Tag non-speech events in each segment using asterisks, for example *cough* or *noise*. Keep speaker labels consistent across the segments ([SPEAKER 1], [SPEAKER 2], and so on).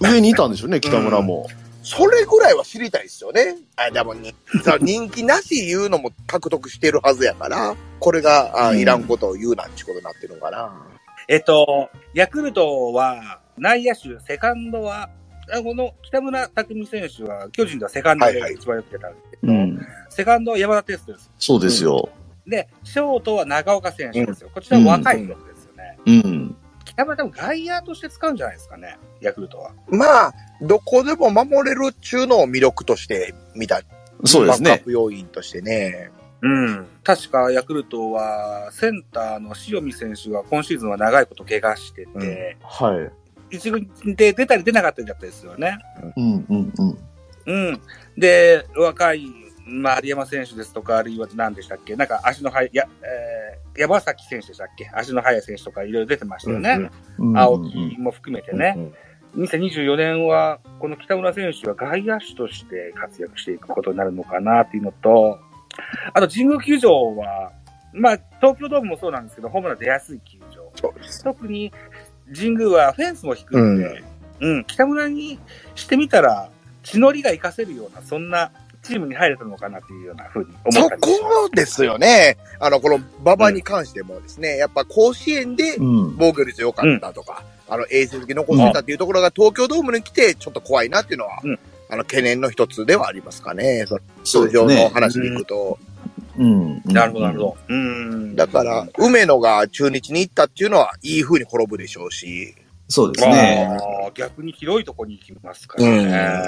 [SPEAKER 1] 上にいたんでしょうね、北村も。
[SPEAKER 2] それぐらいは知りたいですよね。あ、でもに、さ人気なし言うのも獲得してるはずやから、これが、あ
[SPEAKER 1] うん
[SPEAKER 2] いらんことを言うなんちゅうことになってるのかな。
[SPEAKER 3] えっと、ヤクルトは内野手、セカンドは、あこの北村匠海選手は巨人ではセカンド
[SPEAKER 2] はいは
[SPEAKER 3] で
[SPEAKER 2] い
[SPEAKER 3] 一番よく出たんですけ
[SPEAKER 1] う
[SPEAKER 3] ど、
[SPEAKER 1] ん。
[SPEAKER 3] セカンドは山田哲人です。
[SPEAKER 1] そうですよ。
[SPEAKER 3] で、ショートは長岡選手ですよ。こちらも若い選手ですよね。
[SPEAKER 1] うん。
[SPEAKER 3] 北村多分外野として使うんじゃないですかね、ヤクルトは。
[SPEAKER 2] まあ、どこでも守れるっちゅうのを魅力として見た。
[SPEAKER 1] そうです
[SPEAKER 2] バックアッ
[SPEAKER 1] ね。
[SPEAKER 2] プ要因としてね。
[SPEAKER 3] うん。確かヤクルトはセンターの塩見選手が今シーズンは長いこと怪我してて、
[SPEAKER 1] はい。
[SPEAKER 3] 一軍で出たり出なかったりだったですよね。
[SPEAKER 1] うんうんうん。
[SPEAKER 3] うん。で、若い、まあ、有山選手ですとか、あるいは何でしたっけ、なんか足の速い、や、えー山崎選手でしたっけ、足の速い選手とかいろいろ出てましたよね。
[SPEAKER 1] うんうん
[SPEAKER 3] 青木も含めてね。
[SPEAKER 2] うん
[SPEAKER 3] 2024年は、この北村選手は外野手として活躍していくことになるのかなっていうのと、あと神宮球場は、まあ、東京ドームもそうなんですけど、ホームラン出やすい球場。
[SPEAKER 2] そうです。
[SPEAKER 3] 特に神宮はフェンスも低くんで、うん北村にしてみたら血のりが活かせるようなそんなチームに入れたのかなっていうようなふうに
[SPEAKER 2] そ
[SPEAKER 3] 思ったりします
[SPEAKER 2] こですよね。あの、この馬場に関してもですね、やっぱ甲子園で
[SPEAKER 1] うん。
[SPEAKER 2] 防御率良かったとか、あの、衛成績残してたっていうところが東京ドームに来てちょっと怖いなっていうのは、
[SPEAKER 3] うん
[SPEAKER 2] あの、懸念の一つではありますかね。その
[SPEAKER 1] そうで
[SPEAKER 2] 通
[SPEAKER 1] す
[SPEAKER 2] 常の
[SPEAKER 1] ね。
[SPEAKER 2] 話に行くと。
[SPEAKER 1] うん。
[SPEAKER 3] なるほどなるほどうん
[SPEAKER 2] だから、梅野が中日に行ったっていうのは、いい風に転ぶでしょうし。
[SPEAKER 1] そうです
[SPEAKER 3] あ
[SPEAKER 1] ね。
[SPEAKER 3] ー逆に広いとこに行きますからね、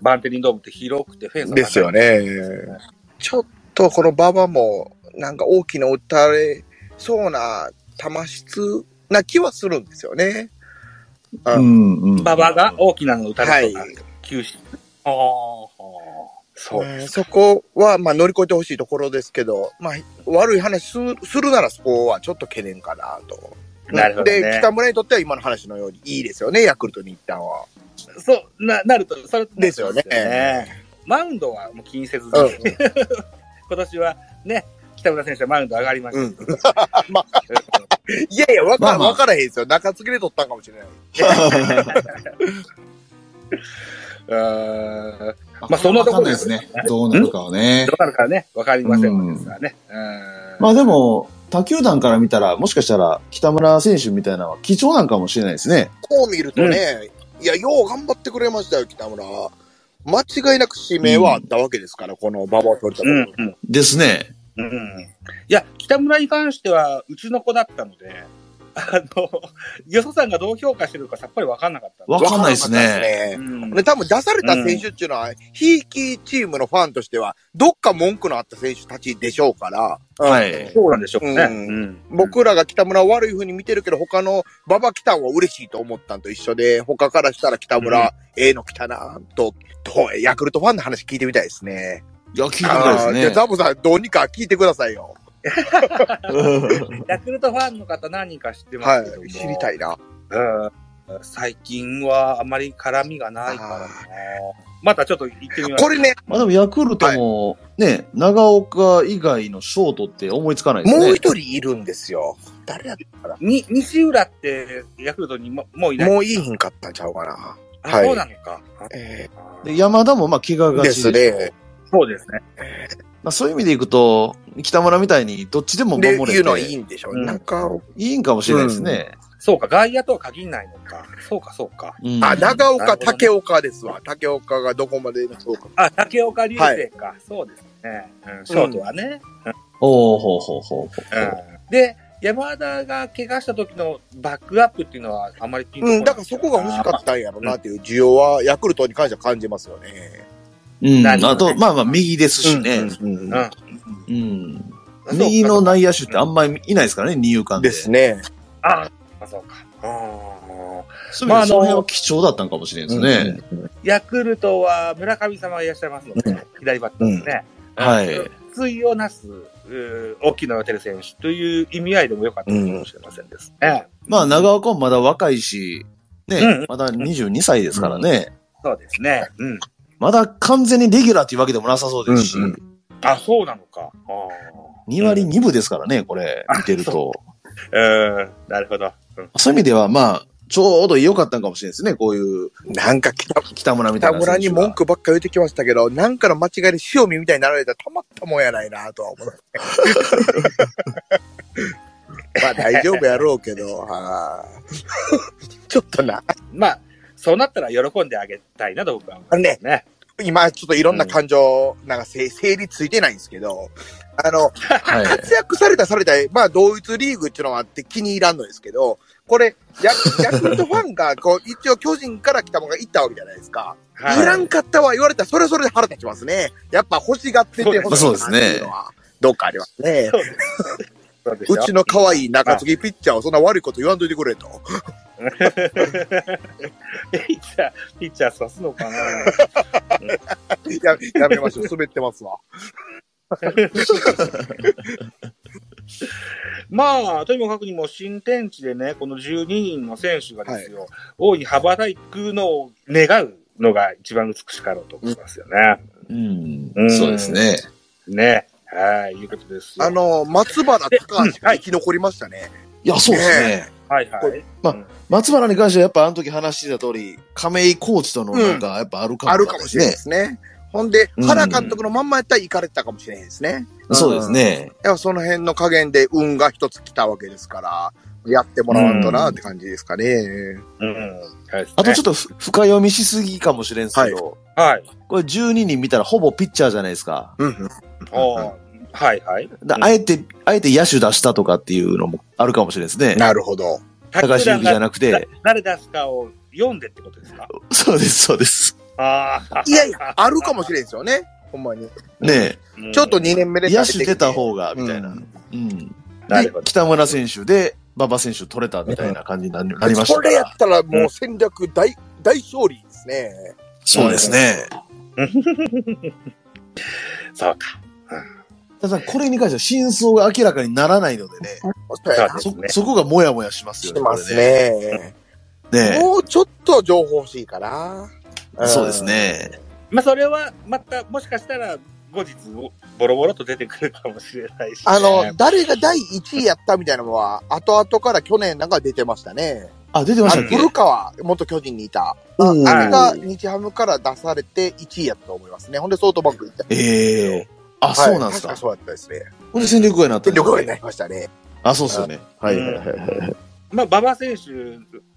[SPEAKER 3] バンテリンドームって広くてフェンスが高い
[SPEAKER 2] ですよねちょっとこの馬場も、なんか大きな打たれそうな、玉質な気はするんですよね。あ
[SPEAKER 1] うんうん。
[SPEAKER 3] 馬
[SPEAKER 1] *laughs*
[SPEAKER 3] 場が大きなのを打た
[SPEAKER 2] は
[SPEAKER 3] れ
[SPEAKER 2] い
[SPEAKER 3] た。球種あーそう
[SPEAKER 2] えーそこは、まあ、乗り越えてほしいところですけど、まあ、悪い話するするならそこはちょっと懸念かなと。
[SPEAKER 3] なるほどね
[SPEAKER 2] で、北村にとっては今の話のようにいいですよね、ヤクルトに一旦は。
[SPEAKER 3] そう、な、なると、それ
[SPEAKER 2] ですよね
[SPEAKER 3] マウンドはもう気にせずに、
[SPEAKER 2] うん
[SPEAKER 3] 今年はね、北村選手はマウンド上がりました。 *laughs*
[SPEAKER 2] うん。いやいや、わか,、
[SPEAKER 1] まあまあ
[SPEAKER 2] わからへんですよ。中継ぎで取ったんかもしれない。
[SPEAKER 3] うんど
[SPEAKER 4] まあ、そんなところですね。どうなるかはね。
[SPEAKER 3] うなるかね、わかりませんのですがね。うん
[SPEAKER 1] まあでも、他球団から見たら、もしかしたら北村選手みたいなのは貴重なんかもしれないですね。
[SPEAKER 2] こう見るとね、いや、よう頑張ってくれましたよ、北村。間違いなく指名はあったわけですから、この馬場を取りた
[SPEAKER 3] うん、
[SPEAKER 2] とこ
[SPEAKER 3] うん、
[SPEAKER 1] ですね。
[SPEAKER 3] うん。いや、北村に関しては、うちの子だったので、あの、よそさんがどう評価してるかさっぱりわかんなかったんで。
[SPEAKER 1] わ
[SPEAKER 2] ろ
[SPEAKER 1] かんないです
[SPEAKER 2] わかん
[SPEAKER 1] ね。
[SPEAKER 2] ないです
[SPEAKER 3] う
[SPEAKER 2] ね。
[SPEAKER 3] ん
[SPEAKER 2] で、多分出された選手っていうのは、ひいきチームのファンとしては、どっか文句のあった選手たちでしょうから、
[SPEAKER 1] はい。
[SPEAKER 3] そうなんでしょうね。
[SPEAKER 2] うん
[SPEAKER 3] うん
[SPEAKER 2] 僕らが北村を悪い風に見てるけど、他の馬場北は嬉しいと思ったんと一緒で、他からしたら北村、ええの来たなと、と、ヤクルトファンの話聞いてみたいですね。
[SPEAKER 1] いや、聞いてみたい
[SPEAKER 2] ああー、じゃ
[SPEAKER 1] で
[SPEAKER 2] あザボさん、どうにか聞いてくださいよ。
[SPEAKER 1] *laughs* すね。
[SPEAKER 3] ヤクルトファンの方何人か知ってま
[SPEAKER 2] は
[SPEAKER 3] すけども
[SPEAKER 2] い。知りたいな。
[SPEAKER 3] うん最近はあまり絡みがないからな
[SPEAKER 2] あ。
[SPEAKER 3] またちょっと行ってみます。
[SPEAKER 2] これね、
[SPEAKER 1] まあでもヤクルトも、ね、長岡以外のショートって思いつかないですね。
[SPEAKER 2] もう一人いるんですよ。誰やったか
[SPEAKER 3] に、西浦ってヤクルトにももういな。
[SPEAKER 2] ないもういいひんかったんちゃうかな。
[SPEAKER 3] あ
[SPEAKER 2] はい
[SPEAKER 3] そうなのか。
[SPEAKER 2] え
[SPEAKER 1] で山田もまあ怪我
[SPEAKER 2] ー
[SPEAKER 1] がち
[SPEAKER 2] で
[SPEAKER 1] しょ
[SPEAKER 2] すね。
[SPEAKER 3] そうですね。
[SPEAKER 1] まあ、そういう意味でいくと、北村みたいにどっちでも守
[SPEAKER 2] で、
[SPEAKER 1] れて
[SPEAKER 2] いうのはいいんでしょ
[SPEAKER 3] う
[SPEAKER 2] う。
[SPEAKER 3] ん
[SPEAKER 2] なんか、
[SPEAKER 1] いいんかもしれないですね。
[SPEAKER 3] そうか、外野とは限らないのか。そうか、そうか。
[SPEAKER 1] うん
[SPEAKER 2] あ、長
[SPEAKER 3] なるほ
[SPEAKER 2] 岡、
[SPEAKER 3] どね
[SPEAKER 2] 竹岡ですわ。竹岡がどこまで、そうか。
[SPEAKER 3] あ、竹岡流星か。そうですね。うん、ショートはね。
[SPEAKER 1] おーほうほうほうほう。
[SPEAKER 3] うんで、山田が怪我した時のバックアップっていうのはあまりピンとこ
[SPEAKER 2] う
[SPEAKER 3] ない
[SPEAKER 2] ん、だからそこが欲しかったんやろなっていう需要は、ヤクルトに関しては感じますよね。
[SPEAKER 1] うん。
[SPEAKER 3] なるほどね
[SPEAKER 1] あと、まあまあ、右ですしね。
[SPEAKER 2] うん
[SPEAKER 3] うん
[SPEAKER 1] うん。
[SPEAKER 3] あそうか
[SPEAKER 1] 右の内野手ってあんまりいないですからね、二遊間で。
[SPEAKER 2] ですね。
[SPEAKER 3] あ、そうか。うん
[SPEAKER 1] そういう意味で
[SPEAKER 3] まああの
[SPEAKER 1] その辺は貴重だったんかもしれないですね。
[SPEAKER 3] ヤクルトは村上様がいらっしゃいますので、
[SPEAKER 2] う
[SPEAKER 3] 左バッターですね。
[SPEAKER 1] はい。
[SPEAKER 3] 通用をなす、うー大きな打てる選手という意味合いでも良かったかもしれませんですね。
[SPEAKER 1] まあ、長岡もまだ若いし、
[SPEAKER 3] う
[SPEAKER 1] ね
[SPEAKER 3] ん、
[SPEAKER 1] まだ22歳ですからね。
[SPEAKER 3] そうですね。うん。
[SPEAKER 1] まだ完全にレギュラーっていうわけでもなさそうですし
[SPEAKER 2] うんう、
[SPEAKER 3] あ、そうなのか。あ
[SPEAKER 1] 2割2分ですからね、これ、見てると。
[SPEAKER 3] ーうん、なるほど。うん
[SPEAKER 1] そういう意味では、まあ、ちょうど良かったんかもしれないですね。こういう
[SPEAKER 2] なんか北
[SPEAKER 1] 北村みたいな
[SPEAKER 2] 北村
[SPEAKER 1] 選手
[SPEAKER 2] に
[SPEAKER 1] が。
[SPEAKER 2] 文句ばっか言ってきましたけど、なんかの間違いで塩見みたいになられたらたまったもんやないなとは思う。まあ大丈夫やろうけど、はあちょっとな、
[SPEAKER 3] まあ、そうなったら喜んであげたいなと僕は思いますね。ね
[SPEAKER 2] 今ちょっといろんな感情、なんか整整理ついてないんですけど、あの、
[SPEAKER 1] はい。
[SPEAKER 2] 活躍されたされた、まあ、同一リーグっていうのはあって気に入らんのですけど、これ、ヤヤクルトファンが、こう、一応巨人から来たものが行ったわけじゃないですか。
[SPEAKER 3] はい
[SPEAKER 2] い、らんかったわ言われたら、それはそれで腹立ちますね。やっぱ欲しがってて欲し
[SPEAKER 1] そ
[SPEAKER 2] が
[SPEAKER 1] うです
[SPEAKER 2] ってっ
[SPEAKER 1] ね
[SPEAKER 2] ていうのは、どっかありますね。
[SPEAKER 3] そうでしょ
[SPEAKER 2] うちの可愛い中継ぎピッチャーをそんな悪いこと言わんといてくれと。
[SPEAKER 3] *laughs* ピッチャー、ピッチャー刺すのか *laughs* な
[SPEAKER 2] ややめましょう、滑ってますわ。
[SPEAKER 3] まあ、とにもかくにも新天地でね、この12人の選手がですよ、大いに羽ばたくのを願うのが一番美しかろうと思いますよね。
[SPEAKER 1] うん
[SPEAKER 3] うん
[SPEAKER 1] そうですね。
[SPEAKER 3] ね。はい、いうことですよ。
[SPEAKER 2] あ、の、松原高橋が生き残りましたね。
[SPEAKER 1] いや、そうですね。
[SPEAKER 3] はいはい。
[SPEAKER 1] 松原に関してはやっぱあの時話してた通り、亀井コーチとのなんかやっぱあるかも、
[SPEAKER 2] あるかもしれないで。すね。ほんで、
[SPEAKER 1] うん
[SPEAKER 2] 原監督のまんまやったら行かれてたかもしれないですね。
[SPEAKER 1] そうですね。
[SPEAKER 2] やっぱその辺の加減で運が一つ来たわけですから、やってもらわんとなって感じですかね。
[SPEAKER 3] うん。
[SPEAKER 1] あとちょっ
[SPEAKER 3] っ
[SPEAKER 1] とふ深読みしすぎかもしれんすけど、
[SPEAKER 3] と。はい。
[SPEAKER 1] これ12人見たらほぼピッチャーじゃないですか。
[SPEAKER 2] うんうん。
[SPEAKER 3] おーはいはい。
[SPEAKER 1] だ
[SPEAKER 3] うん
[SPEAKER 1] あえて、あえて野手出したとかっていうのもあるかもしれないですね。
[SPEAKER 2] なるほど。
[SPEAKER 1] 高橋由紀じゃなく
[SPEAKER 3] だ
[SPEAKER 1] て。
[SPEAKER 3] 誰出すかを読んでってことですか
[SPEAKER 1] そうです、そうです。
[SPEAKER 3] ああ。
[SPEAKER 2] いや
[SPEAKER 1] *laughs*
[SPEAKER 2] いや、あるかもしれんですよね。ほんまに。
[SPEAKER 1] ね
[SPEAKER 3] うん
[SPEAKER 2] ちょっと2年目で
[SPEAKER 1] え、野手出た方が、
[SPEAKER 2] うん
[SPEAKER 1] みたいな。うん。
[SPEAKER 3] な
[SPEAKER 1] で
[SPEAKER 3] るほ、ど。
[SPEAKER 1] 北村選手で、馬場選手取れたみたいな感じになりなりました
[SPEAKER 2] こ
[SPEAKER 1] か
[SPEAKER 2] れや
[SPEAKER 1] ら。
[SPEAKER 2] ったらもう戦略大、大勝利ですね。
[SPEAKER 1] そうですね。
[SPEAKER 3] そうか。
[SPEAKER 1] ただ、これに関しては真相が明らかにならないのでね、
[SPEAKER 2] そうやな
[SPEAKER 3] そ
[SPEAKER 1] そ
[SPEAKER 3] うで、すね。
[SPEAKER 1] そこがもやもやしますよ
[SPEAKER 2] し
[SPEAKER 1] ね。
[SPEAKER 2] ますね。
[SPEAKER 1] これね。ね
[SPEAKER 2] もうちょっと情報欲しいかな。
[SPEAKER 1] え
[SPEAKER 2] ん
[SPEAKER 1] そうです。ね。
[SPEAKER 3] まあ、それは、また、もしかしたら、後日、ボロボロと出てくるかもしれないし、
[SPEAKER 2] あの、誰が第1位やったみたいなのは、後々から去年なんか出てましたね。
[SPEAKER 1] あ、出てまし
[SPEAKER 2] あ
[SPEAKER 1] た
[SPEAKER 2] の
[SPEAKER 1] っけ
[SPEAKER 2] 古川、元巨人にいた。
[SPEAKER 1] お
[SPEAKER 2] あ
[SPEAKER 1] ー
[SPEAKER 2] あれが日ハムから出されて1位やったと思いますね。ほんでソフトバンク行った。
[SPEAKER 1] ええあ、
[SPEAKER 2] はい
[SPEAKER 1] そうなんです
[SPEAKER 2] 確
[SPEAKER 1] か。
[SPEAKER 2] そうやったですね。
[SPEAKER 1] ほんで戦力外になったん
[SPEAKER 2] で
[SPEAKER 1] ですね
[SPEAKER 2] 旅行になりましたね。
[SPEAKER 1] あ、そうっすよね。はいはいはい。
[SPEAKER 3] うんまあ、馬場選手、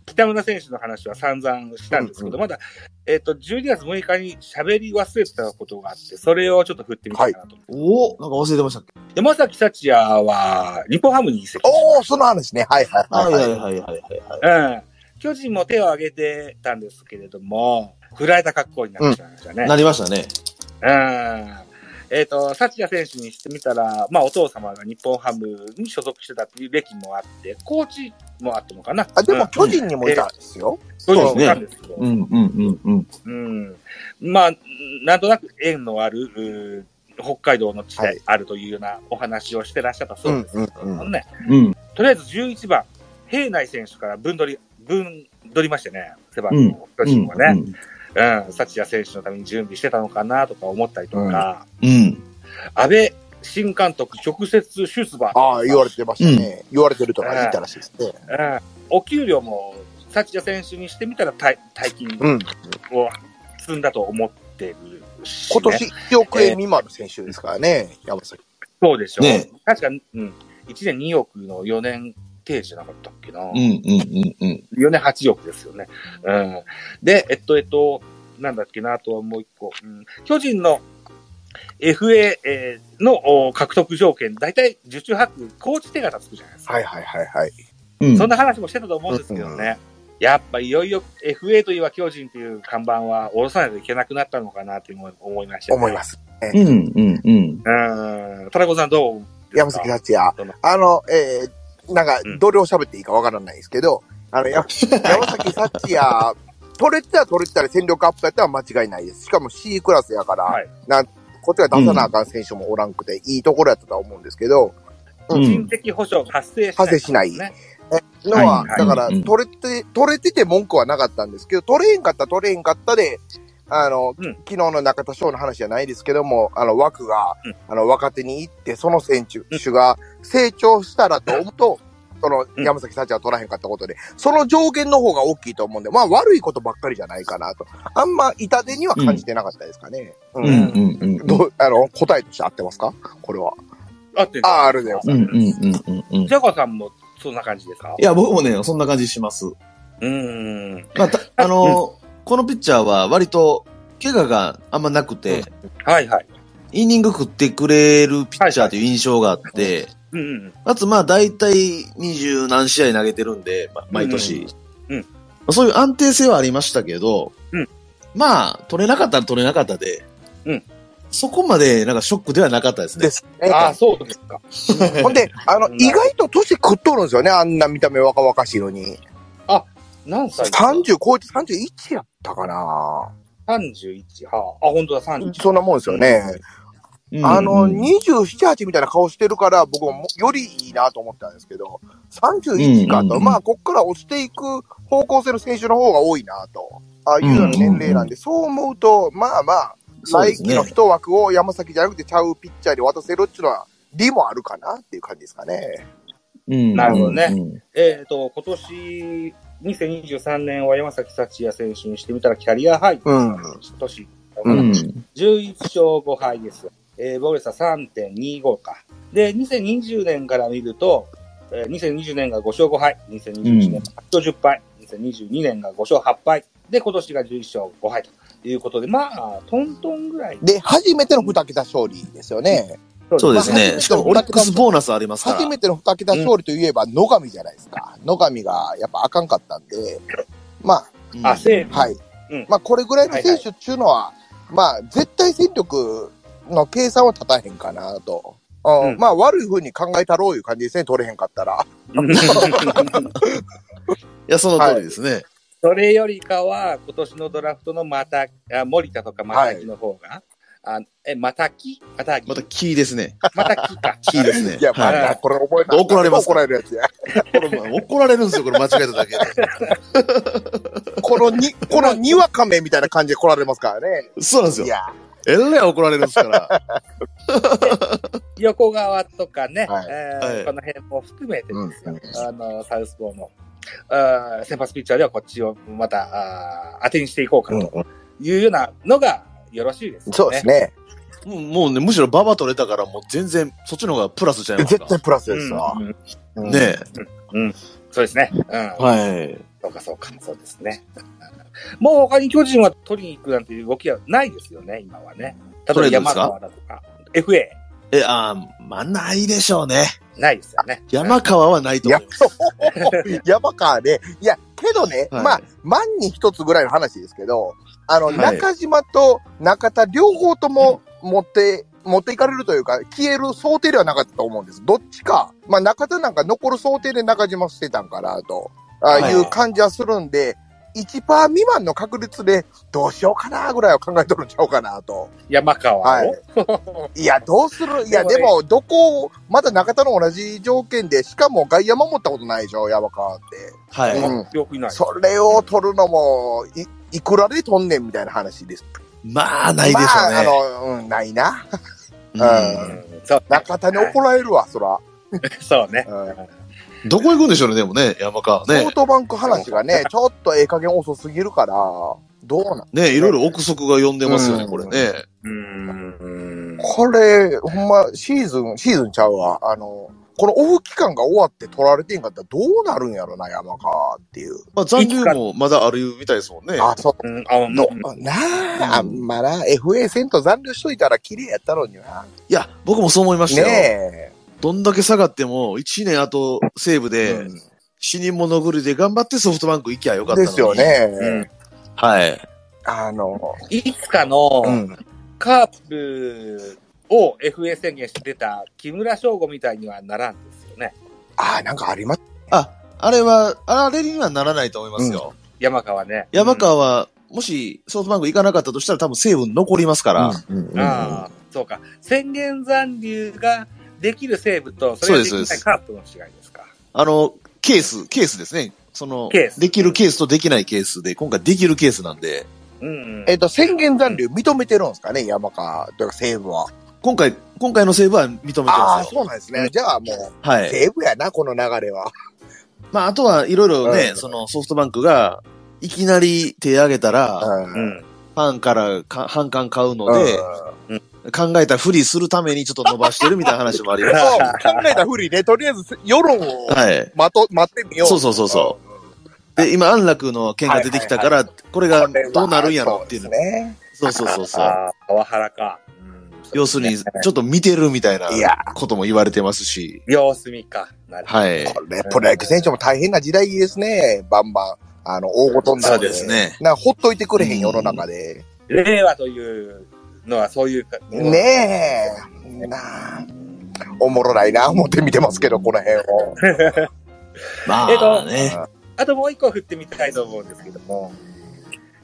[SPEAKER 3] 北村選手の話は散々したんですけど、まだ、えっ、と、12月6日に喋り忘れてたことがあって、それをちょっと振ってみたいかなと思う。
[SPEAKER 1] おおなんか忘れてましたっけ
[SPEAKER 3] 山崎幸也は、日本ハムに移籍しました
[SPEAKER 2] おー、その話ね。はいはいはい。はい
[SPEAKER 1] はいはいはい。
[SPEAKER 3] うん。巨人も手を挙げてたんですけれども、振られた格好になってしまいましたね。うん。
[SPEAKER 1] なりましたね。
[SPEAKER 3] えっ、と、幸也選手にしてみたら、まあ、お父様が日本ハムに所属してたっていう歴もあって、コーチもあったのかな。
[SPEAKER 2] あ、で
[SPEAKER 3] うん
[SPEAKER 2] も、巨人にもいたんですよ。
[SPEAKER 3] そういうの
[SPEAKER 2] そう
[SPEAKER 1] ね
[SPEAKER 3] もあったんですけど、
[SPEAKER 1] うんうんうんうん。
[SPEAKER 3] うん。まあ、なんとなく縁のある、うー北海道の地
[SPEAKER 2] は
[SPEAKER 3] で
[SPEAKER 2] い
[SPEAKER 3] あるというようなお話をしてらっしゃったそうですけどもね。
[SPEAKER 1] うん。
[SPEAKER 3] とりあえず11番、平内選手から分取り、分取りましてね、背番
[SPEAKER 1] うん
[SPEAKER 3] 号、巨人はね、うん、幸也選手のために準備してたのかなとか思ったりとか、
[SPEAKER 1] うん。
[SPEAKER 3] 安倍新監督直接出馬。
[SPEAKER 2] ああ、言われてましたね。言われてるとか言ったらしいですね。
[SPEAKER 3] うん。お給料も、幸也選手にしてみたら大大金
[SPEAKER 2] うん。
[SPEAKER 3] を積んだと思ってるし、
[SPEAKER 2] 今
[SPEAKER 3] ね。
[SPEAKER 2] 年1億円未満の選手ですからね、山崎。
[SPEAKER 3] そうでしょ。
[SPEAKER 1] ね
[SPEAKER 3] 確かに、うん。1年2億の4年定時じゃなかったっけな。
[SPEAKER 1] うんうんうんうん。
[SPEAKER 3] 4年8億ですよね。うん。で、えっと、えっと、なんだっけな、あとはもう一個。うん、巨人の FA えーのお獲得条件、大体受注発注、コーチ手形つくじゃないですか。
[SPEAKER 2] はいはいはいはい。
[SPEAKER 1] うん
[SPEAKER 3] そんな話もしてたと思うんですけどね。やっぱいよいよ FA といえば巨人という看板は下ろさないといけなくなったのかなというのを思いました、。
[SPEAKER 2] 思いますす。
[SPEAKER 1] うんうんうん。
[SPEAKER 3] うん。田中さんどう
[SPEAKER 2] 山崎達也
[SPEAKER 3] どの。
[SPEAKER 2] あの、えー、なんか
[SPEAKER 3] うん、
[SPEAKER 2] どれを喋っていいかわからないですけど、あの、や山崎達也、取れてたら取れてたら戦力アップやったら間違いないです。しかも C クラスやから、
[SPEAKER 3] はい
[SPEAKER 2] なんこっちが出さなあかん選手もおらんくて、いいところやったとは思うんですけど、
[SPEAKER 1] う
[SPEAKER 3] 人
[SPEAKER 1] ん。
[SPEAKER 3] 的保障発生しない、
[SPEAKER 2] 発生しない
[SPEAKER 3] ね。
[SPEAKER 2] のは、
[SPEAKER 3] はい
[SPEAKER 2] だから、
[SPEAKER 1] うん
[SPEAKER 2] 取れて、取れてて文句はなかったんですけど、取れへんかった、取れへんかったで、あの、
[SPEAKER 3] うん
[SPEAKER 2] 昨日の中田翔の話じゃないですけども、あの、枠が、
[SPEAKER 3] うん
[SPEAKER 2] あの、若手に行って、その選手が成長したらと思うと、その、山崎幸は取らへんかったことで、その上限の方が大きいと思うんで、まあ悪いことばっかりじゃないかなと。あんま痛手には感じてなかったですかね。う
[SPEAKER 1] うんうんうん。
[SPEAKER 2] どう、あの、答えとして合ってますかこれは。
[SPEAKER 3] あって
[SPEAKER 2] ああ、あるだよ。
[SPEAKER 1] うんうんうんうんうん。い
[SPEAKER 3] ジャコさんもそんな感じですか
[SPEAKER 1] や、僕もね、そんな感じします。
[SPEAKER 3] うーん。
[SPEAKER 1] まあ、たあのー、このピッチャーは割と、怪我があんまなくて、
[SPEAKER 3] はいはい。
[SPEAKER 1] イニング食ってくれるピッチャーという印象があって、
[SPEAKER 3] うん。
[SPEAKER 1] あとまあ大体二十何試合投げてるんで、ま毎年。
[SPEAKER 3] うんうん
[SPEAKER 1] そういう安定性はありましたけど、
[SPEAKER 3] うん
[SPEAKER 1] まあ、取れなかったら取れなかったで、
[SPEAKER 3] うん
[SPEAKER 1] そこまでなんかショックではなかったですね
[SPEAKER 2] で。すね。
[SPEAKER 3] ああ、そうですか。
[SPEAKER 2] *laughs* ほんで、あの
[SPEAKER 3] う、ん
[SPEAKER 2] 意外と年食っとるんですよね。あんな見た目若々しいのに。
[SPEAKER 3] 何歳ですか
[SPEAKER 2] 30超えて31やったかな
[SPEAKER 3] ?31。はあ、あ、本当だ、31。
[SPEAKER 2] そんなもんですよね。
[SPEAKER 1] うん
[SPEAKER 2] あの、27、8みたいな顔してるから、僕もよりいいなと思ったんですけど、31か
[SPEAKER 1] うんうん
[SPEAKER 2] と、
[SPEAKER 1] うん
[SPEAKER 2] まあ、こっから落ちていく方向性の選手の方が多いなと、ああいうような年齢なんで、そう思うと、まあまあ、
[SPEAKER 1] そうで
[SPEAKER 2] 来
[SPEAKER 1] す
[SPEAKER 2] 季
[SPEAKER 1] ね
[SPEAKER 2] の一枠を山崎じゃなくてちゃうピッチャーに渡せるっていうのは、利もあるかなっていう感じですかね。
[SPEAKER 1] うん
[SPEAKER 3] なるほどね
[SPEAKER 1] うんうん
[SPEAKER 3] えっ、と、今年、2023年は山崎幸也選手にしてみたらキャリアハイ。
[SPEAKER 2] うん。
[SPEAKER 3] 年。
[SPEAKER 1] うん。
[SPEAKER 3] 11勝5敗です。えー、防御率は3.25か。で、2020年から見ると、えー、2020年が5勝5敗、2021年が8勝10敗、2022年が5勝8敗、で、今年が11勝5敗ということで、まあ、トントンぐらい。
[SPEAKER 2] で、初めての二桁勝利ですよね。
[SPEAKER 1] そうです
[SPEAKER 2] まあ初め
[SPEAKER 1] ね。
[SPEAKER 2] て
[SPEAKER 1] しかもオリックスボーナスありますから。
[SPEAKER 2] 初めての二桁勝利といえば野上じゃないですか。野上がやっぱあかんかったんで、まあ、
[SPEAKER 1] うん
[SPEAKER 3] あ、セーブ。
[SPEAKER 2] はい。
[SPEAKER 3] うん
[SPEAKER 2] まあ、これぐらいの選手っていうのは、まあ、絶対戦力の計算は立たへんかなと。うん
[SPEAKER 3] うん
[SPEAKER 2] まあ、悪い風に考えたろういう感じですね、取れへんかったら。
[SPEAKER 1] いや、その通りですね。
[SPEAKER 3] それよりかは、今年のドラフトのまた、あ森田とかまたきの方が、あえ、またきまたき
[SPEAKER 1] また、キーですね。
[SPEAKER 3] またきか。
[SPEAKER 1] キーですね。
[SPEAKER 2] *laughs* いや、まあ、
[SPEAKER 1] はい
[SPEAKER 2] これ覚えた
[SPEAKER 1] 怒られます
[SPEAKER 2] 怒られるやつや。
[SPEAKER 1] これまあ怒られるんですよ、これ間違えただけで。
[SPEAKER 2] このに、このにわかめみたいな感じで来られますからね。
[SPEAKER 1] そうなんです
[SPEAKER 2] い
[SPEAKER 1] よ。
[SPEAKER 2] や、
[SPEAKER 1] えらい怒られるんですから。
[SPEAKER 3] 横川とかね、
[SPEAKER 2] はい
[SPEAKER 3] え
[SPEAKER 1] は
[SPEAKER 3] ー
[SPEAKER 1] い
[SPEAKER 3] この辺も含めてですよ、
[SPEAKER 2] う
[SPEAKER 3] あのサウスポーのあー先発ピッチャーではこっちをまたあー当てにしていこうかというようなのがよろしいですよね。
[SPEAKER 2] そうですね。
[SPEAKER 1] もうもうね、むしろババ取れたから、もう全然、そっちの方がプラスじゃないです
[SPEAKER 2] 絶
[SPEAKER 1] か。
[SPEAKER 2] 対プラス
[SPEAKER 3] う
[SPEAKER 2] ですわ。
[SPEAKER 3] んうん
[SPEAKER 2] うん
[SPEAKER 1] ね
[SPEAKER 3] そうですね。うん。
[SPEAKER 1] え。はい。
[SPEAKER 3] そうか、そうか、そうですね。もう他に巨人は取りに行くなんていう動きはないですよね、今はね。
[SPEAKER 1] ト
[SPEAKER 3] 例
[SPEAKER 1] レ
[SPEAKER 3] え
[SPEAKER 1] ードで
[SPEAKER 3] ば
[SPEAKER 1] すか
[SPEAKER 3] 山川だとか、FA、
[SPEAKER 1] え、あーまあ、ないでしょうね。
[SPEAKER 3] ないですよね。
[SPEAKER 1] 山川はないと
[SPEAKER 2] いや
[SPEAKER 1] *laughs* 思いま、す。
[SPEAKER 2] そう。山川ね。いや、けどね、
[SPEAKER 1] はい
[SPEAKER 2] まあ、万に一つぐらいの話ですけど、あの、
[SPEAKER 1] い
[SPEAKER 2] 中島と中田両方とも持って、持っていかれるというか、消える想定ではなかったと思うんです。どっちか。まあ、中田なんか残る想定で中島してたんかな、とああいう感じはするんで、1%未満の確率でどうしようかな、ぐらいは考えとるんちゃうかな、と。
[SPEAKER 3] 山川を、
[SPEAKER 2] はいいや、どうするいや、でも、どこを、まだ中田の同じ条件で、しかも外野守ったことないでしょ、山川って。
[SPEAKER 1] は
[SPEAKER 2] う
[SPEAKER 1] い。
[SPEAKER 2] ん
[SPEAKER 3] よくいない。
[SPEAKER 2] それを取るのも、い、いくらで取んねんみたいな話です。
[SPEAKER 1] まあ、ないでしょう
[SPEAKER 2] まあ、あ
[SPEAKER 1] ね。
[SPEAKER 2] の、うん、ないな。
[SPEAKER 1] うん
[SPEAKER 3] うんそう
[SPEAKER 2] 中田に怒られるわ、そら。
[SPEAKER 3] *laughs* そうね。
[SPEAKER 2] うん
[SPEAKER 1] どこ行くんでしょうね、でもね、山川は
[SPEAKER 2] ソ
[SPEAKER 1] ね
[SPEAKER 2] フ。トバンク話がね、ちょっとええ加減遅すぎるから、どうなん
[SPEAKER 1] ねいろいろ憶測が呼んでますよね、
[SPEAKER 2] うん
[SPEAKER 1] これね。
[SPEAKER 3] うーん。
[SPEAKER 2] これ、ほんま、シーズン、シーズンちゃうわ。あの、このオフ期間が終わって取られてんかったらどうなるんやろな、山川っていう。
[SPEAKER 1] まあ、残留もまだあるみたいですもんね。
[SPEAKER 2] あ、そう。
[SPEAKER 3] うん、あの、
[SPEAKER 2] どうなあ、あんまな、FA 戦と残留しといたら綺麗やったのにな。
[SPEAKER 1] いや、僕もそう思いましたよ。
[SPEAKER 2] ね
[SPEAKER 1] どんだけ下がっても、1年後、西武
[SPEAKER 2] え。
[SPEAKER 1] で、
[SPEAKER 2] うん
[SPEAKER 1] 死に物狂いで頑張ってソフトバンク行きゃよかったの
[SPEAKER 2] で
[SPEAKER 1] に
[SPEAKER 2] すよ。ね。
[SPEAKER 1] はい。
[SPEAKER 2] あの、
[SPEAKER 3] いつかの
[SPEAKER 2] うん
[SPEAKER 3] カープを FA 宣言して出た木村翔吾みたいにはならんですよね。
[SPEAKER 2] ああ、なんかあります。
[SPEAKER 1] あ、あれは、あれにはならないと思いますよ。
[SPEAKER 3] 山川ね。
[SPEAKER 1] 山川は、もしソフトバンク行かなかったとしたら多分西武に残りますから。
[SPEAKER 3] うんああ、そうか。宣言残留ができる西武と、それができ
[SPEAKER 1] そうで
[SPEAKER 3] ない
[SPEAKER 1] すそうです
[SPEAKER 3] カープの違いですか。
[SPEAKER 1] あの、ケース、ケースですね。その
[SPEAKER 3] ケー、ス
[SPEAKER 1] できるケースとできないケースで、今回できるケースなんで、
[SPEAKER 3] うん、うん。
[SPEAKER 2] えっと、宣言残留認めてるんですかね、山川というか西武は。
[SPEAKER 1] 今回今回のセーブは認めて
[SPEAKER 2] ああ、
[SPEAKER 1] ますよ。
[SPEAKER 2] そうなんですね。じゃあもう、
[SPEAKER 1] はい。
[SPEAKER 2] セーブやな、この流れは。
[SPEAKER 1] まあ、あとはいろいろね
[SPEAKER 2] う、ん
[SPEAKER 1] そのソフトバンクが、いきなり手挙げたら、
[SPEAKER 3] う
[SPEAKER 2] うん
[SPEAKER 3] ん。
[SPEAKER 1] ファンからか反感買うので、考えたふりするためにちょっと伸ばしてるみたいな話もあり
[SPEAKER 2] そう
[SPEAKER 1] ます。
[SPEAKER 2] 考えたふりね、とりあえず世論を
[SPEAKER 1] *laughs* はい。
[SPEAKER 2] まと、待ってみよう。
[SPEAKER 1] そうそうそうそうう。で、今、安楽の件が出てきたから、これがどうなるんやろっていう
[SPEAKER 2] そ
[SPEAKER 1] の
[SPEAKER 2] う。ですね。
[SPEAKER 1] そうそうそうそう。
[SPEAKER 3] ああ、パワハラか。うん
[SPEAKER 1] 要するに、ちょっと見てるみたいない
[SPEAKER 2] や
[SPEAKER 1] ことも言われてますし、
[SPEAKER 3] *laughs* 様子見か。なるほど。
[SPEAKER 1] はい。
[SPEAKER 2] これ、プロ野球選手も大変な時代ですね。バンバン。あの、大ごとにな
[SPEAKER 1] そ
[SPEAKER 2] っ
[SPEAKER 1] う
[SPEAKER 2] て。
[SPEAKER 1] ですね。
[SPEAKER 2] なんかほっといてくれへん世の中で。
[SPEAKER 3] 令和というのはそういうか。
[SPEAKER 2] ねえ。なあ。おもろないな、思って見てますけど、この辺を。
[SPEAKER 1] まあね。
[SPEAKER 3] *laughs* あともう一個振ってみたいと思うんですけども。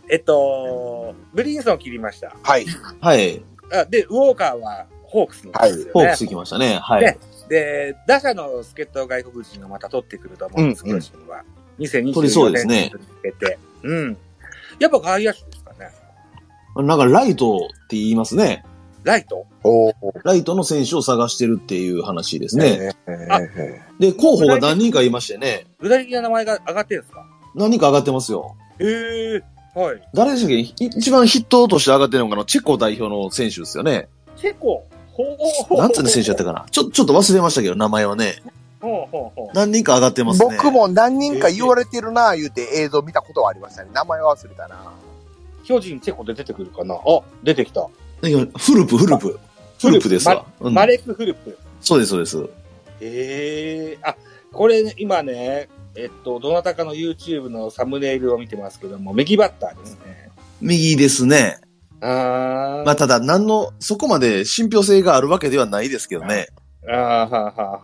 [SPEAKER 3] えっと、ブリンソン切りました。
[SPEAKER 2] はい。
[SPEAKER 1] はい。
[SPEAKER 3] あで、ウォーカーはホークスのですよね。
[SPEAKER 1] フォークス行きましたね。はい
[SPEAKER 3] ね。で、打者の助っ人外国人がまた取ってくると思うんです、
[SPEAKER 1] うんうん
[SPEAKER 3] 巨人は。2024
[SPEAKER 1] 取りそうですね
[SPEAKER 3] 年に続けて。うん。やっぱ外野手ですかね。
[SPEAKER 1] なんかライトって言いますね。
[SPEAKER 3] ライト
[SPEAKER 2] おー
[SPEAKER 1] ライトの選手を探してるっていう話ですね。
[SPEAKER 3] あ
[SPEAKER 1] で、候補が何人かいましてね、
[SPEAKER 3] 具体的な名前が上がってるんですか
[SPEAKER 1] 何人か上がってますよ。
[SPEAKER 3] へえはい。
[SPEAKER 1] 誰でしたっけい一番筆頭として上がってるのかなチェコ代表の選手ですよね。
[SPEAKER 3] チェコ。ほう。
[SPEAKER 1] なんつうの選手やったかなちょ、ちょっと忘れましたけど、名前はね。
[SPEAKER 3] ほうほうほう。
[SPEAKER 1] 何人か上がってますね。
[SPEAKER 2] 僕。も何人か言われてるな、言うて映像見たことはありましたね。名前忘れたな。
[SPEAKER 3] 巨人チェコで出てくるかなあ、出てきた。
[SPEAKER 1] フルプ、フルプ。フルプですわ。うん
[SPEAKER 3] マレック・フルプ。
[SPEAKER 1] そうです、そうです。
[SPEAKER 3] ええあ、これ、ね、今ね、えっと、どなたかの YouTube のサムネイルを見てますけども、右バッターですね。
[SPEAKER 1] 右ですね。
[SPEAKER 3] あー。
[SPEAKER 1] まあ、ただ、何の、そこまで信憑性があるわけではないですけどね。
[SPEAKER 3] あーはあは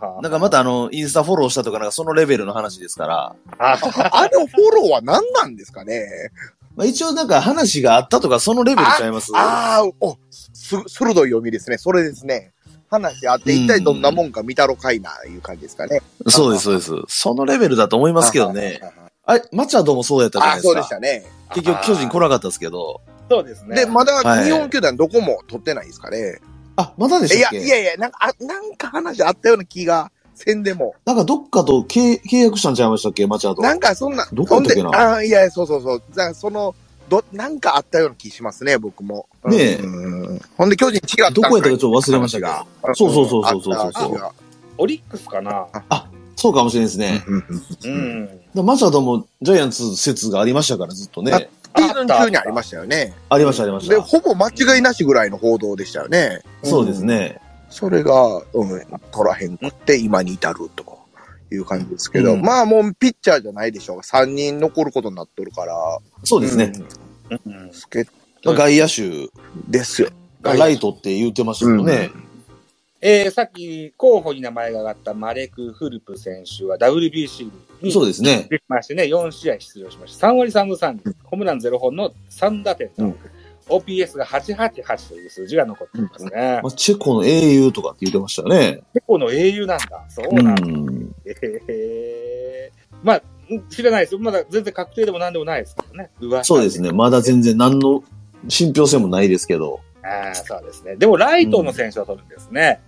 [SPEAKER 3] あはあ。
[SPEAKER 1] なんかまたあの、インスタフォローしたとかなんかそのレベルの話ですから。
[SPEAKER 3] あ
[SPEAKER 2] あのフォローは何なんですかね。
[SPEAKER 1] まあ一応なんか話があったとかそのレベルちゃいます
[SPEAKER 2] ああ、お、す、鋭い読みですね。それですね。話あって、一体どんなもんか見たろかいな、いう感じですかね。
[SPEAKER 1] そうです、そうです。そのレベルだと思いますけどね。あれ、マチャドもそうやったじゃな
[SPEAKER 2] あ
[SPEAKER 1] い
[SPEAKER 2] あ、
[SPEAKER 1] で
[SPEAKER 2] そ
[SPEAKER 1] す
[SPEAKER 2] うでし
[SPEAKER 1] か。
[SPEAKER 2] たね。
[SPEAKER 1] 結局巨人来なかったですけど。
[SPEAKER 3] そうですね。
[SPEAKER 2] で、まだ
[SPEAKER 1] はい
[SPEAKER 2] 日本球団どこも取ってないですかね。
[SPEAKER 1] あ、まだで
[SPEAKER 2] い、
[SPEAKER 1] したっ
[SPEAKER 2] や、
[SPEAKER 1] け
[SPEAKER 2] いやいや、なんか、あなんか話あったような気が、せんでも。
[SPEAKER 1] なんかどっかと契契約したんちゃいましたっけマチャド。
[SPEAKER 2] なんかそんな、
[SPEAKER 1] どこやったっけな
[SPEAKER 2] ほんでああ、いやいや、そうそうそう。じゃあその、ど、なんかあったような気しますね、僕も。
[SPEAKER 1] ねえ
[SPEAKER 2] うんほんで、巨人違ったん
[SPEAKER 1] ど
[SPEAKER 2] かい
[SPEAKER 1] こやったかちょっと忘れましたが。
[SPEAKER 2] 話
[SPEAKER 1] そうそうそうそうそうそう
[SPEAKER 2] あった気が
[SPEAKER 3] オリックスかな
[SPEAKER 1] そうかもしれないですね。
[SPEAKER 2] うんうん
[SPEAKER 3] うん。
[SPEAKER 1] だからマチャドもジャイアンツ説がありましたからずっと
[SPEAKER 2] あ
[SPEAKER 1] ね。
[SPEAKER 2] シーズン中にありましたよね。
[SPEAKER 1] ありました、ありまし
[SPEAKER 2] で、
[SPEAKER 1] た。
[SPEAKER 2] ほぼ間違いなしぐらいの報道でしたよね。
[SPEAKER 1] そうですね。
[SPEAKER 2] それが、うん、取らへんくって今に至るという感じですけど、
[SPEAKER 1] うん
[SPEAKER 2] まあもうピッチャーじゃないでしょうが、3人残ることになっとるから、
[SPEAKER 1] そうですね。
[SPEAKER 3] うん。
[SPEAKER 2] 助っ
[SPEAKER 1] まあ外野手
[SPEAKER 2] ですよ。
[SPEAKER 1] がライトって言ってましたけどね。
[SPEAKER 3] えー、さっき候補に名前が挙がったマレク・フルプ選手は WBC に
[SPEAKER 1] そうですね。
[SPEAKER 3] 出てましてね、4試合出場しました。3割3分3厘、ホームラン0本の3打点
[SPEAKER 2] う
[SPEAKER 3] と、
[SPEAKER 2] ん
[SPEAKER 3] OPS が888という数字が残っていますね。
[SPEAKER 1] まあ、チェコの英雄とかって言ってましたよね。
[SPEAKER 3] 結構の英雄なんだ。そう
[SPEAKER 1] う
[SPEAKER 3] なんだ。
[SPEAKER 1] ん。
[SPEAKER 3] えー、まあ、知らないですよ。まだ全然確定でも何でもないですけどね。噂
[SPEAKER 1] そうですね。まだ全然何の信憑性もないですけど。
[SPEAKER 3] ああ、そうですね。でも、ライトの選手を取るんですね。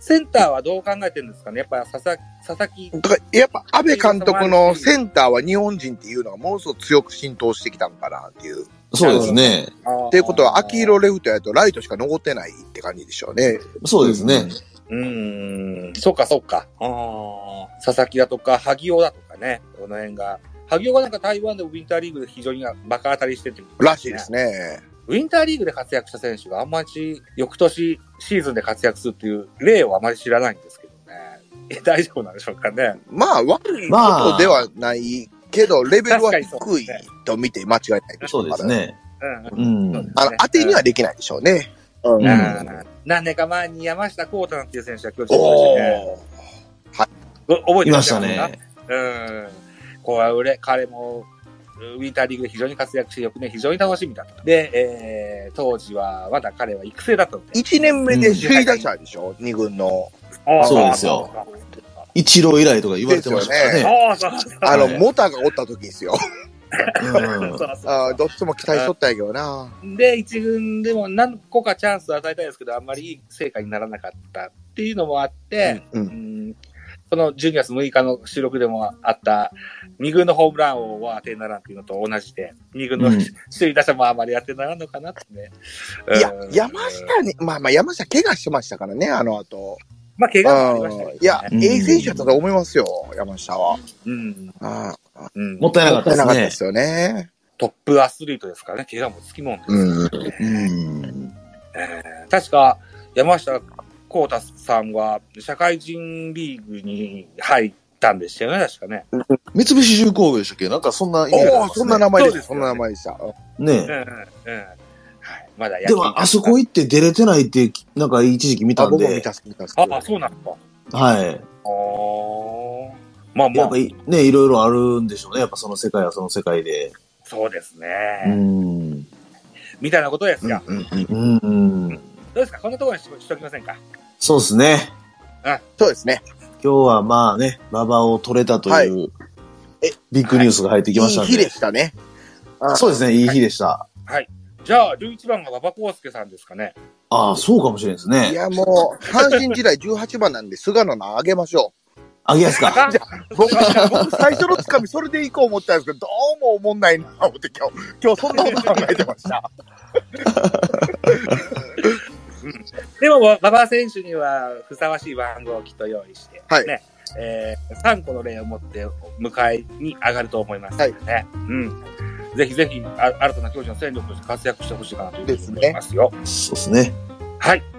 [SPEAKER 3] センターはどう考えてるんですかねやっぱ佐々、佐々木、
[SPEAKER 2] だからやっぱ安倍監督のセンターは日本人っていうのがものすごく強く浸透してきたんかなっていう。っ
[SPEAKER 1] そうですね。
[SPEAKER 2] ていうことは、秋色レフトやとライトしか残ってないって感じでしょうね。
[SPEAKER 1] そうですね。
[SPEAKER 3] うーん、そっかそっか。あー佐々木だとか、萩尾だとかね、この辺が。萩尾がなんか台湾でウィンターリーグで非常にバカ当たりしてて、
[SPEAKER 2] らしいですね。
[SPEAKER 3] ウィンターリーグで活躍した選手があんまり翌年シーズンで活躍するっていう例をあまり知らないんですけどね。え大丈夫なんでしょうかね。
[SPEAKER 2] まあ、悪いこ
[SPEAKER 1] まあ
[SPEAKER 2] とではないけど、レベルは
[SPEAKER 3] 確かにそう
[SPEAKER 2] 低
[SPEAKER 3] で
[SPEAKER 2] い
[SPEAKER 3] すね
[SPEAKER 2] と見て間違いないでし
[SPEAKER 1] そ
[SPEAKER 2] ょ
[SPEAKER 1] うう
[SPEAKER 2] か
[SPEAKER 1] で
[SPEAKER 2] ら
[SPEAKER 1] す。ね。
[SPEAKER 3] うん
[SPEAKER 1] う
[SPEAKER 3] そうで
[SPEAKER 1] ん
[SPEAKER 3] す。
[SPEAKER 2] あの当てにはできないでしょうね。う
[SPEAKER 1] うん
[SPEAKER 3] うん何年か前に山下幸太なんていう選手が巨人にいまし
[SPEAKER 2] お
[SPEAKER 3] たね。
[SPEAKER 2] ー
[SPEAKER 3] ご覚え
[SPEAKER 1] い
[SPEAKER 3] てら
[SPEAKER 1] ま
[SPEAKER 3] っ
[SPEAKER 1] し
[SPEAKER 3] ゃ
[SPEAKER 1] た
[SPEAKER 3] いますか
[SPEAKER 1] ね。
[SPEAKER 3] うん。こうれ彼も、ウィンターリーグで非常に活躍して、翌年非常に楽しみだと。で、えー、当時は、まだ彼は育成だったので。
[SPEAKER 2] 一年目で首位打者でしょ、二軍の。
[SPEAKER 1] そうですよ
[SPEAKER 3] あ
[SPEAKER 1] 一郎以来とか言われてましたから
[SPEAKER 2] です
[SPEAKER 1] ね。
[SPEAKER 3] ーそうそう。
[SPEAKER 2] あの、
[SPEAKER 1] はい
[SPEAKER 2] モタがおった時ですよ。
[SPEAKER 1] うん
[SPEAKER 3] そうそう
[SPEAKER 2] あーどっちも期待しとったんやけどな。
[SPEAKER 3] で、一軍でも何個かチャンスを与えたいんですけど、あんまりいい成果にならなかったっていうのもあって、
[SPEAKER 1] うんうん
[SPEAKER 3] んこの12月6日の収録でもあった、二軍のホームラン王は当てにならんっていうのと同じで、二軍の
[SPEAKER 2] うん
[SPEAKER 3] 首位打者もあまり当てにならんのかなってね。
[SPEAKER 2] いや
[SPEAKER 3] う、ん
[SPEAKER 2] 山下に、まあまあ山下怪我してましたからね、あの後。
[SPEAKER 3] まあ、怪我もありましたけど、ね。
[SPEAKER 2] いや、
[SPEAKER 1] うん
[SPEAKER 2] ええ選手だったと思いますよ、山下は。
[SPEAKER 3] うん。
[SPEAKER 2] あ
[SPEAKER 3] うん
[SPEAKER 4] もったい
[SPEAKER 2] あ、
[SPEAKER 4] な
[SPEAKER 2] も
[SPEAKER 4] か
[SPEAKER 2] っ
[SPEAKER 4] ったた
[SPEAKER 2] いなかったで
[SPEAKER 4] です
[SPEAKER 2] すよね。
[SPEAKER 3] トップアスリートですからね、怪我もつきもんですからね。
[SPEAKER 2] うん。
[SPEAKER 4] ね。うん。
[SPEAKER 3] えー確か山下幸太さんは社会人リーグに入ったんでしたよね、確かね。
[SPEAKER 1] 三菱重工業でしたっけなんかそんなイメージあり
[SPEAKER 2] お
[SPEAKER 1] ま
[SPEAKER 2] お、
[SPEAKER 1] すね
[SPEAKER 2] そんな名前でした。
[SPEAKER 3] そ
[SPEAKER 2] そう
[SPEAKER 3] ですよね
[SPEAKER 2] んな名前でした。
[SPEAKER 3] うん
[SPEAKER 1] ね
[SPEAKER 3] うんうん。はい。まだ
[SPEAKER 1] え。でも、あそこ
[SPEAKER 3] 行
[SPEAKER 1] 行って出れてないって、なんか一時期見
[SPEAKER 2] あ、
[SPEAKER 1] たん
[SPEAKER 2] 僕も見
[SPEAKER 1] で
[SPEAKER 2] た。っす、見たっす。
[SPEAKER 3] あ、あ、そうなんだ。あ
[SPEAKER 1] はい。
[SPEAKER 3] あー。まあま
[SPEAKER 1] や
[SPEAKER 3] あ
[SPEAKER 1] っぱ、りね、いろいろあるんでしょうね。やっぱその世界はその世界で。
[SPEAKER 3] そうですね。
[SPEAKER 1] うん。うん。
[SPEAKER 3] みたいなことですが、
[SPEAKER 2] うん
[SPEAKER 1] うん。
[SPEAKER 3] どうですかこんなところにししときませんか
[SPEAKER 1] そうですね。
[SPEAKER 2] そうですね。
[SPEAKER 1] 今日はまあね、馬場を取れたと、
[SPEAKER 2] はいいうえ
[SPEAKER 1] ビッグニュースが入ってきました
[SPEAKER 2] いい
[SPEAKER 1] ん
[SPEAKER 2] 日
[SPEAKER 1] で。
[SPEAKER 2] でしたね。あ
[SPEAKER 1] そうですね、いい日でした。
[SPEAKER 3] じゃあ、11番が馬場康介さんですかね。
[SPEAKER 1] ああ、そうかもしれないです
[SPEAKER 2] い
[SPEAKER 1] ね。
[SPEAKER 2] や、もう、阪神時代18番なんで、菅野のあげましょ
[SPEAKER 1] あげやすか。
[SPEAKER 2] *laughs*
[SPEAKER 3] あ
[SPEAKER 2] う。僕、僕最初のつかみ、それでいこう思ったんですけど、どうも思んないな、思って今日、今日そんなこと考えてました。
[SPEAKER 3] でも、馬場選手にはふさわしい番号をきっと用意して、
[SPEAKER 2] はい
[SPEAKER 3] ねえー、3個の例を持って迎えに上がると思います、ね。うん。ぜひぜひ、あ新たな教授の戦力として活躍してほしいかなというふうに思いますよ。
[SPEAKER 1] そうですね。
[SPEAKER 3] はい。